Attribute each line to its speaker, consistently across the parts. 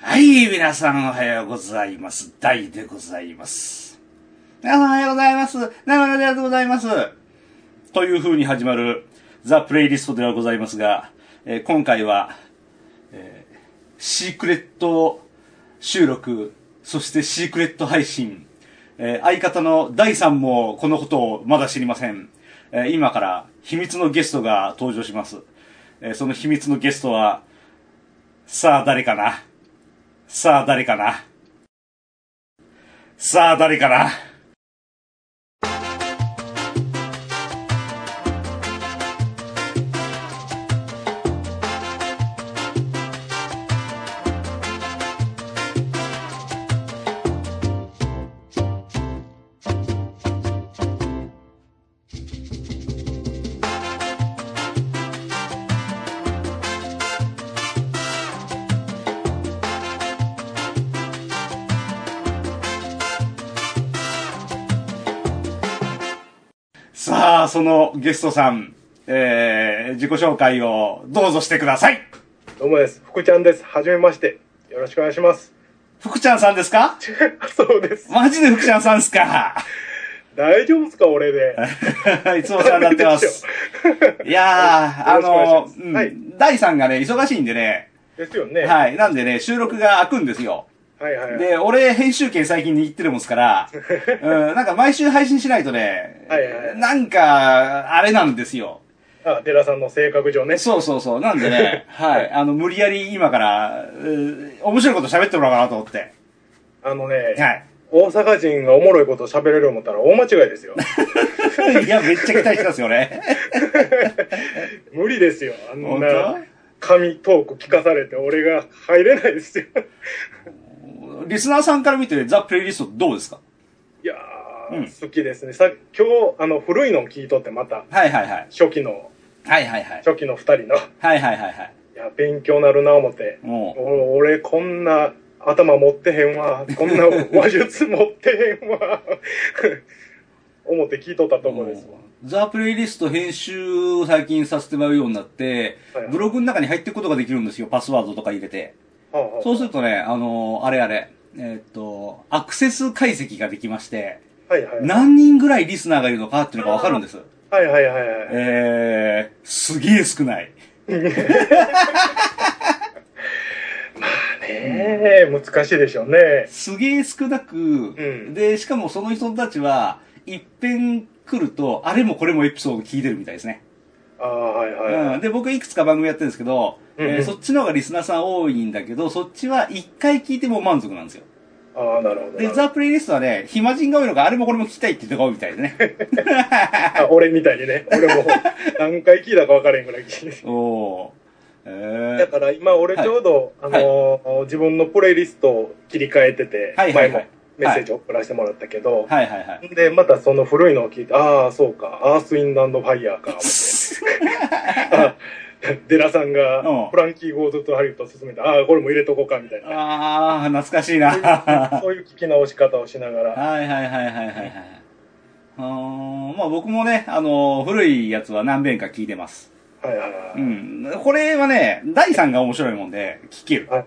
Speaker 1: はい、皆さんおはようございます。大でございます。皆さんおはようございます。生のでございます。という風に始まるザ・プレイリストではございますが、えー今回は、えーシークレット収録、そしてシークレット配信、えー相方の第さんもこのことをまだ知りません。えー今から秘密のゲストが登場します。えーその秘密のゲストは、さあ誰かなさあ誰かなさあ誰かなさあ、そのゲストさん、えー、自己紹介をどうぞしてください。
Speaker 2: どうもです。福ちゃんです。はじめまして。よろしくお願いします。
Speaker 1: 福ちゃんさんですか
Speaker 2: そうです。
Speaker 1: マジで福ちゃんさんですか
Speaker 2: 大丈夫ですか俺で。
Speaker 1: いつもお世話になってます。いやー、あ
Speaker 2: よろしくお願い
Speaker 1: の、
Speaker 2: します
Speaker 1: うん
Speaker 2: はい
Speaker 1: 第3がね、忙しいんでね、
Speaker 2: ですよね。
Speaker 1: はい、なんでね、収録が開くんですよ。
Speaker 2: はいはいはい。
Speaker 1: で、俺、編集権最近握ってるもんですから、うん、なんか毎週配信しないとね、
Speaker 2: はいはいはい
Speaker 1: なんか、あれなんですよ。
Speaker 2: あ、寺さんの性格上ね。
Speaker 1: そうそうそう。なんで ね、はい。あの、無理やり今から、うー面白いこと喋ってもらおうかなと思って。
Speaker 2: あのね、
Speaker 1: はい。
Speaker 2: 大阪人がおもろいこと喋れる思ったら大間違いで すよ。
Speaker 1: い や、めっちゃ期待してたんですよね。
Speaker 2: 無理ですよ。あん
Speaker 1: 本
Speaker 2: な紙トーク聞かされて俺が入れないですよ。
Speaker 1: 当リスナーさんから見て、ザ・プレイリストどうですか
Speaker 2: いやー、
Speaker 1: うん
Speaker 2: 好きですね。さ、今日、あの、古いのを聞いとってまた、
Speaker 1: はいはいはい。
Speaker 2: 初期の、
Speaker 1: はいはいはい。
Speaker 2: 初期の二人の、い
Speaker 1: はいはいはいはい。
Speaker 2: や、勉強なるな思って。
Speaker 1: もう。
Speaker 2: お俺こんな頭持ってへんわこんな話術持ってへんわ思って聞いとったとこですわ
Speaker 1: ザ・プレイリスト編集を最近させてもらうようになって
Speaker 2: はいは、い
Speaker 1: ブログの中に入っていくことができるんですよ。パスワードとか入れて。
Speaker 2: はあはあ
Speaker 1: そうするとね、あのあれあれ、えーっと、アクセス解析ができまして、
Speaker 2: はいはいはい
Speaker 1: 何人ぐらいリスナーがいるのかっていうのがわかるんです。
Speaker 2: はいはいはい
Speaker 1: えー、すげえ少ない。
Speaker 2: ねえ難しいでしょうね
Speaker 1: すげえ少なく、
Speaker 2: ん
Speaker 1: で、しかもその人たちは、一遍来ると、あれもこれもエピソード聞いてるみたいですね。
Speaker 2: ああはいはいは
Speaker 1: うん。で、僕いくつか番組やってるんですけど、えー
Speaker 2: うんうん
Speaker 1: そっちの方がリスナーさん多いんだけど、そっちは一回聞いても満足なんですよ。
Speaker 2: いああなるほど
Speaker 1: で、ザ・プレイリストはね、暇人が多いのか、あれもこれも聞きたいっていう人が多いみたいでね。
Speaker 2: あ俺みたいにね俺も何回聞いたか分からへんぐらい聞いて
Speaker 1: おおー。え
Speaker 2: だ
Speaker 1: ー、
Speaker 2: から今俺ちょうど、
Speaker 1: い
Speaker 2: あのー自分のプレイリストを切り替えてて、
Speaker 1: はいはいはい
Speaker 2: 前もメッセージ送らせてもらったけど、
Speaker 1: はいはいはい。
Speaker 2: で、またその古いのを聞いて、ああ、そうか、アース・ウィンド・アンド・ファイヤーか、思 って。デラさ
Speaker 1: う
Speaker 2: ん
Speaker 1: ん
Speaker 2: が、フランキー・ゴールドとハリウッドを勧めて、ああ、これも入れとこうか、みたい な。
Speaker 1: あー、懐かしいな。
Speaker 2: そういう聞き直し方をしながら。
Speaker 1: はいはいはいはいはいはい。あーまあ僕もね、あのー古いやつは何遍か聞いてます。
Speaker 2: はいはいうは
Speaker 1: ん。これはね、第3が面白いもんで、聞ける
Speaker 2: はい。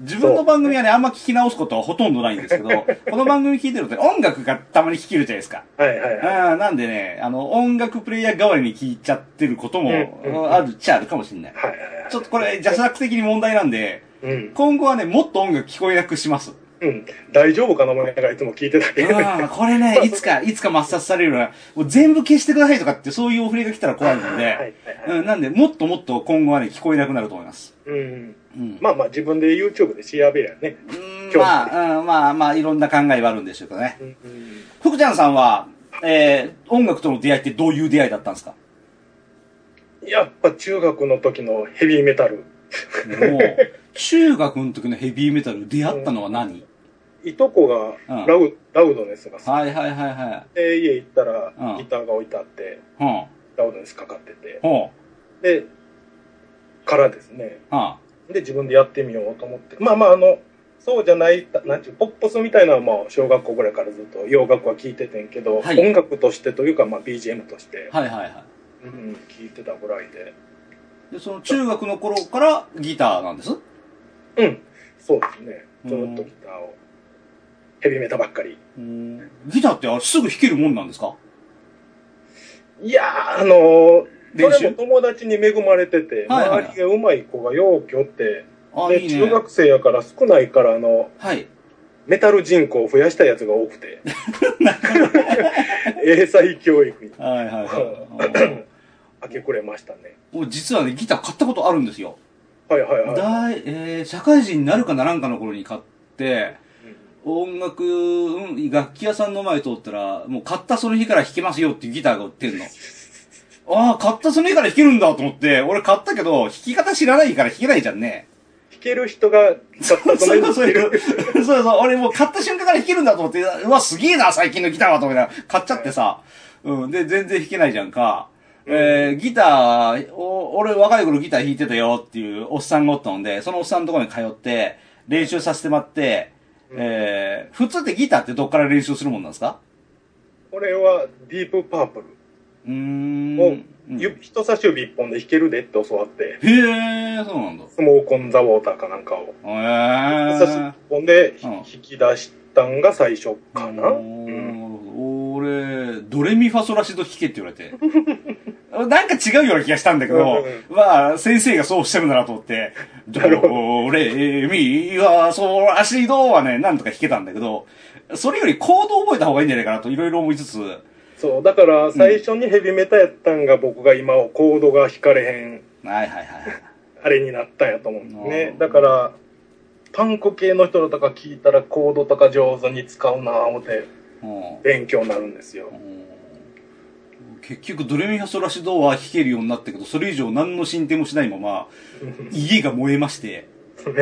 Speaker 1: 自分の番組はね、あんま聞き直すことはほとんどないんですけど、この番組聞いてるとね、音楽がたまに聞けるじゃないですか。
Speaker 2: い。はいはいはい。
Speaker 1: あーなんでね、あの、音楽プレイヤー代わりに聞いちゃってること
Speaker 2: うんうんう
Speaker 1: も、
Speaker 2: ん
Speaker 1: あるっちゃあるかもしれない。
Speaker 2: はいはいはい
Speaker 1: ちょっとこれ、邪作的に問題なんで、
Speaker 2: うん。
Speaker 1: 今後はね、もっと音楽聞こえなくします。
Speaker 2: うん。大丈夫かな、思いながらいつも聞いてたけど。
Speaker 1: うん、これ ね、いつか、いつか抹殺されるような、もう全部消してくださいとかって、そういうお触れが来たら怖いの
Speaker 2: はいはい
Speaker 1: で、
Speaker 2: はい。
Speaker 1: うん、なんで、もっともっと今後はね、聞こえなくなると思います。
Speaker 2: うん。
Speaker 1: うん。
Speaker 2: まあまあ、自分で YouTube で調べりゃね。
Speaker 1: うんまあ、うん、まあ、まあ、いろんな考えはあるんでしょうけどね。
Speaker 2: うんうん
Speaker 1: 福ちゃんさんは、えー、音楽との出会いってどういう出会いだったん ですか
Speaker 2: やっぱ中学の時のヘビーメタル。
Speaker 1: もう、中学の時のヘビーメタル出会ったのは何、
Speaker 2: いとこが
Speaker 1: うん
Speaker 2: ラウ,、ラウドネスが好き
Speaker 1: はいはいはいはい。
Speaker 2: で家行ったら
Speaker 1: うん
Speaker 2: ギターが置いてあって、
Speaker 1: うん、ほ
Speaker 2: ラウドネスかかってて
Speaker 1: う、ほ
Speaker 2: でからですね
Speaker 1: う、は
Speaker 2: で自分でやってみようと思ってまあまああのそうじゃないなんちゅうポップスみたいなのはもう小学校ぐらいからずっと洋楽は聴いててんけど、
Speaker 1: はい
Speaker 2: 音楽としてというか、まあ、BGM として、
Speaker 1: いはいは
Speaker 2: うん、聴いてたぐらいで
Speaker 1: い。で、その中学の頃からギターなんです
Speaker 2: うんそうですね。ずっとギターを。ヘビメタばっかり。
Speaker 1: うんギターってあれすぐ弾けるもんなんですか
Speaker 2: いやー、あのー、そ
Speaker 1: 練習
Speaker 2: れも友達に恵まれてて、
Speaker 1: はいはい
Speaker 2: 周りが上手い子がようきょって、
Speaker 1: あ、
Speaker 2: で
Speaker 1: いい
Speaker 2: 中
Speaker 1: ね。
Speaker 2: 学生やから少ないから、あの、
Speaker 1: はい。
Speaker 2: メタル人口を増やしたやつが多 くて。英才教育に
Speaker 1: はいはいはい。
Speaker 2: 明け暮れましたね。
Speaker 1: もう実はね、ギター買ったことあるんですよ。
Speaker 2: はいはいはい。
Speaker 1: 大、えー社会人になるかならんかの頃に買って、
Speaker 2: うん
Speaker 1: 音楽、うん、楽器屋さんの前通ったら、もう買ったその日から弾けますよっていうギターが売ってんの。ああ、買ったその日から弾けるんだと思って、俺買ったけど、弾き方知らないから弾けないじゃんね。
Speaker 2: 弾ける人が、ちょっと
Speaker 1: そうそう
Speaker 2: そ
Speaker 1: そうう。
Speaker 2: る。
Speaker 1: そうそう。俺もう買った瞬間から弾けるんだと思って、うわ、すげえな、最近のギターはと思いながら、買っちゃってさ。うん。で、全然弾けないじゃんか。えー、ギター、お俺若い頃ギター弾いてたよっていうおっさんがおったので、そのおっさんのところに通って、練習させてもらって、えー、普通ってギターってどっから練習するもんなんですか
Speaker 2: これはディープパープル
Speaker 1: うーん。
Speaker 2: を
Speaker 1: うんへ
Speaker 2: 指人差し指一本で弾けるでって教わって、
Speaker 1: え、そうなんだ。
Speaker 2: スモーコンザウォーターかなんかを、人差し指
Speaker 1: へ
Speaker 2: 一本で
Speaker 1: うん
Speaker 2: 弾き出したんが最初
Speaker 1: え。
Speaker 2: かな。う
Speaker 1: お
Speaker 2: ん
Speaker 1: ー俺、ドレミファソラシド弾けって言われ て。なんか違うような気がしたんだけど
Speaker 2: うん、
Speaker 1: まあ、先生がそうしてるんだなと思って、ド
Speaker 2: るほど
Speaker 1: レミファソラシドはね、なんとか弾けたんだけど、それよりコードを覚えた方がいいんじゃないかなといろいろ思いつつ、は
Speaker 2: そう、だから最初にヘビメタやったんが僕が今コードが弾かれへん、
Speaker 1: いはいはいはい。
Speaker 2: あれになったんやと思うんです
Speaker 1: う
Speaker 2: ね
Speaker 1: ん。
Speaker 2: だから、パンク系の人のとか聞いたらコードとか上手に使うなぁ思って
Speaker 1: うん
Speaker 2: 勉強になるんですよ。
Speaker 1: うん結局ドレミファソラシドは弾けるようになったけど、それ以上何の進展もしないまま、家が燃えまして、 そう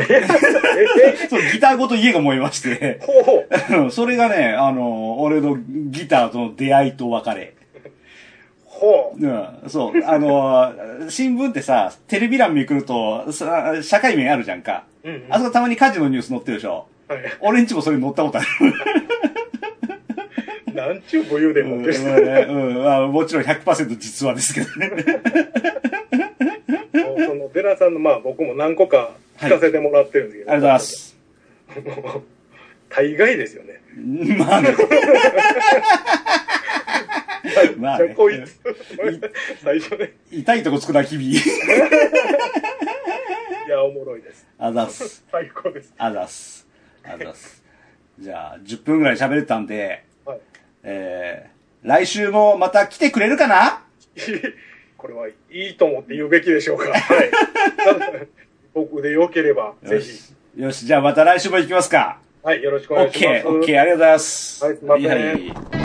Speaker 1: ギターごと家が燃えまして、
Speaker 2: ほう
Speaker 1: うんそれがね、あの、俺のギターとの出会いと別れ。
Speaker 2: ほ
Speaker 1: う
Speaker 2: う
Speaker 1: ん、そう、あの、新聞ってさ、テレビ欄めくると、さ社会面あるじゃんか。
Speaker 2: うんうん
Speaker 1: あそこたまに火事のニュース載ってるでしょ。
Speaker 2: はい
Speaker 1: 俺んちもそれ載ったことある。
Speaker 2: なん ちゅう武勇伝
Speaker 1: うん
Speaker 2: 持っ
Speaker 1: う
Speaker 2: て
Speaker 1: ん
Speaker 2: る
Speaker 1: うんあもちろん100%実話ですけどね。
Speaker 2: もうそのデラさんの、まあ僕も何個か聞かせてもらってるんですけど。
Speaker 1: ありがとうございま。す。
Speaker 2: 大概ですよね。
Speaker 1: ま あね。まあ
Speaker 2: じゃあ
Speaker 1: ね。
Speaker 2: こいつ、 最初ね、
Speaker 1: 痛いとこつくな、日々。
Speaker 2: いや、おもろいです。
Speaker 1: あざっす。
Speaker 2: 最高です。
Speaker 1: あざっす。あざっす。じゃあ、10分ぐらい喋れたんで、
Speaker 2: はい。
Speaker 1: えー、来週もまた来てくれるかな
Speaker 2: これはいいと思って言うべきでしょ うか。はい。 僕でよければ、ぜ
Speaker 1: よ
Speaker 2: ひ。
Speaker 1: し。よし、じゃあまた来週も行きますか。
Speaker 2: はい、よろしくお
Speaker 1: オ
Speaker 2: 願い
Speaker 1: ッ
Speaker 2: しま
Speaker 1: ケ
Speaker 2: す。
Speaker 1: ー、オッケー、ありがとうございます。
Speaker 2: はいすいません
Speaker 1: はい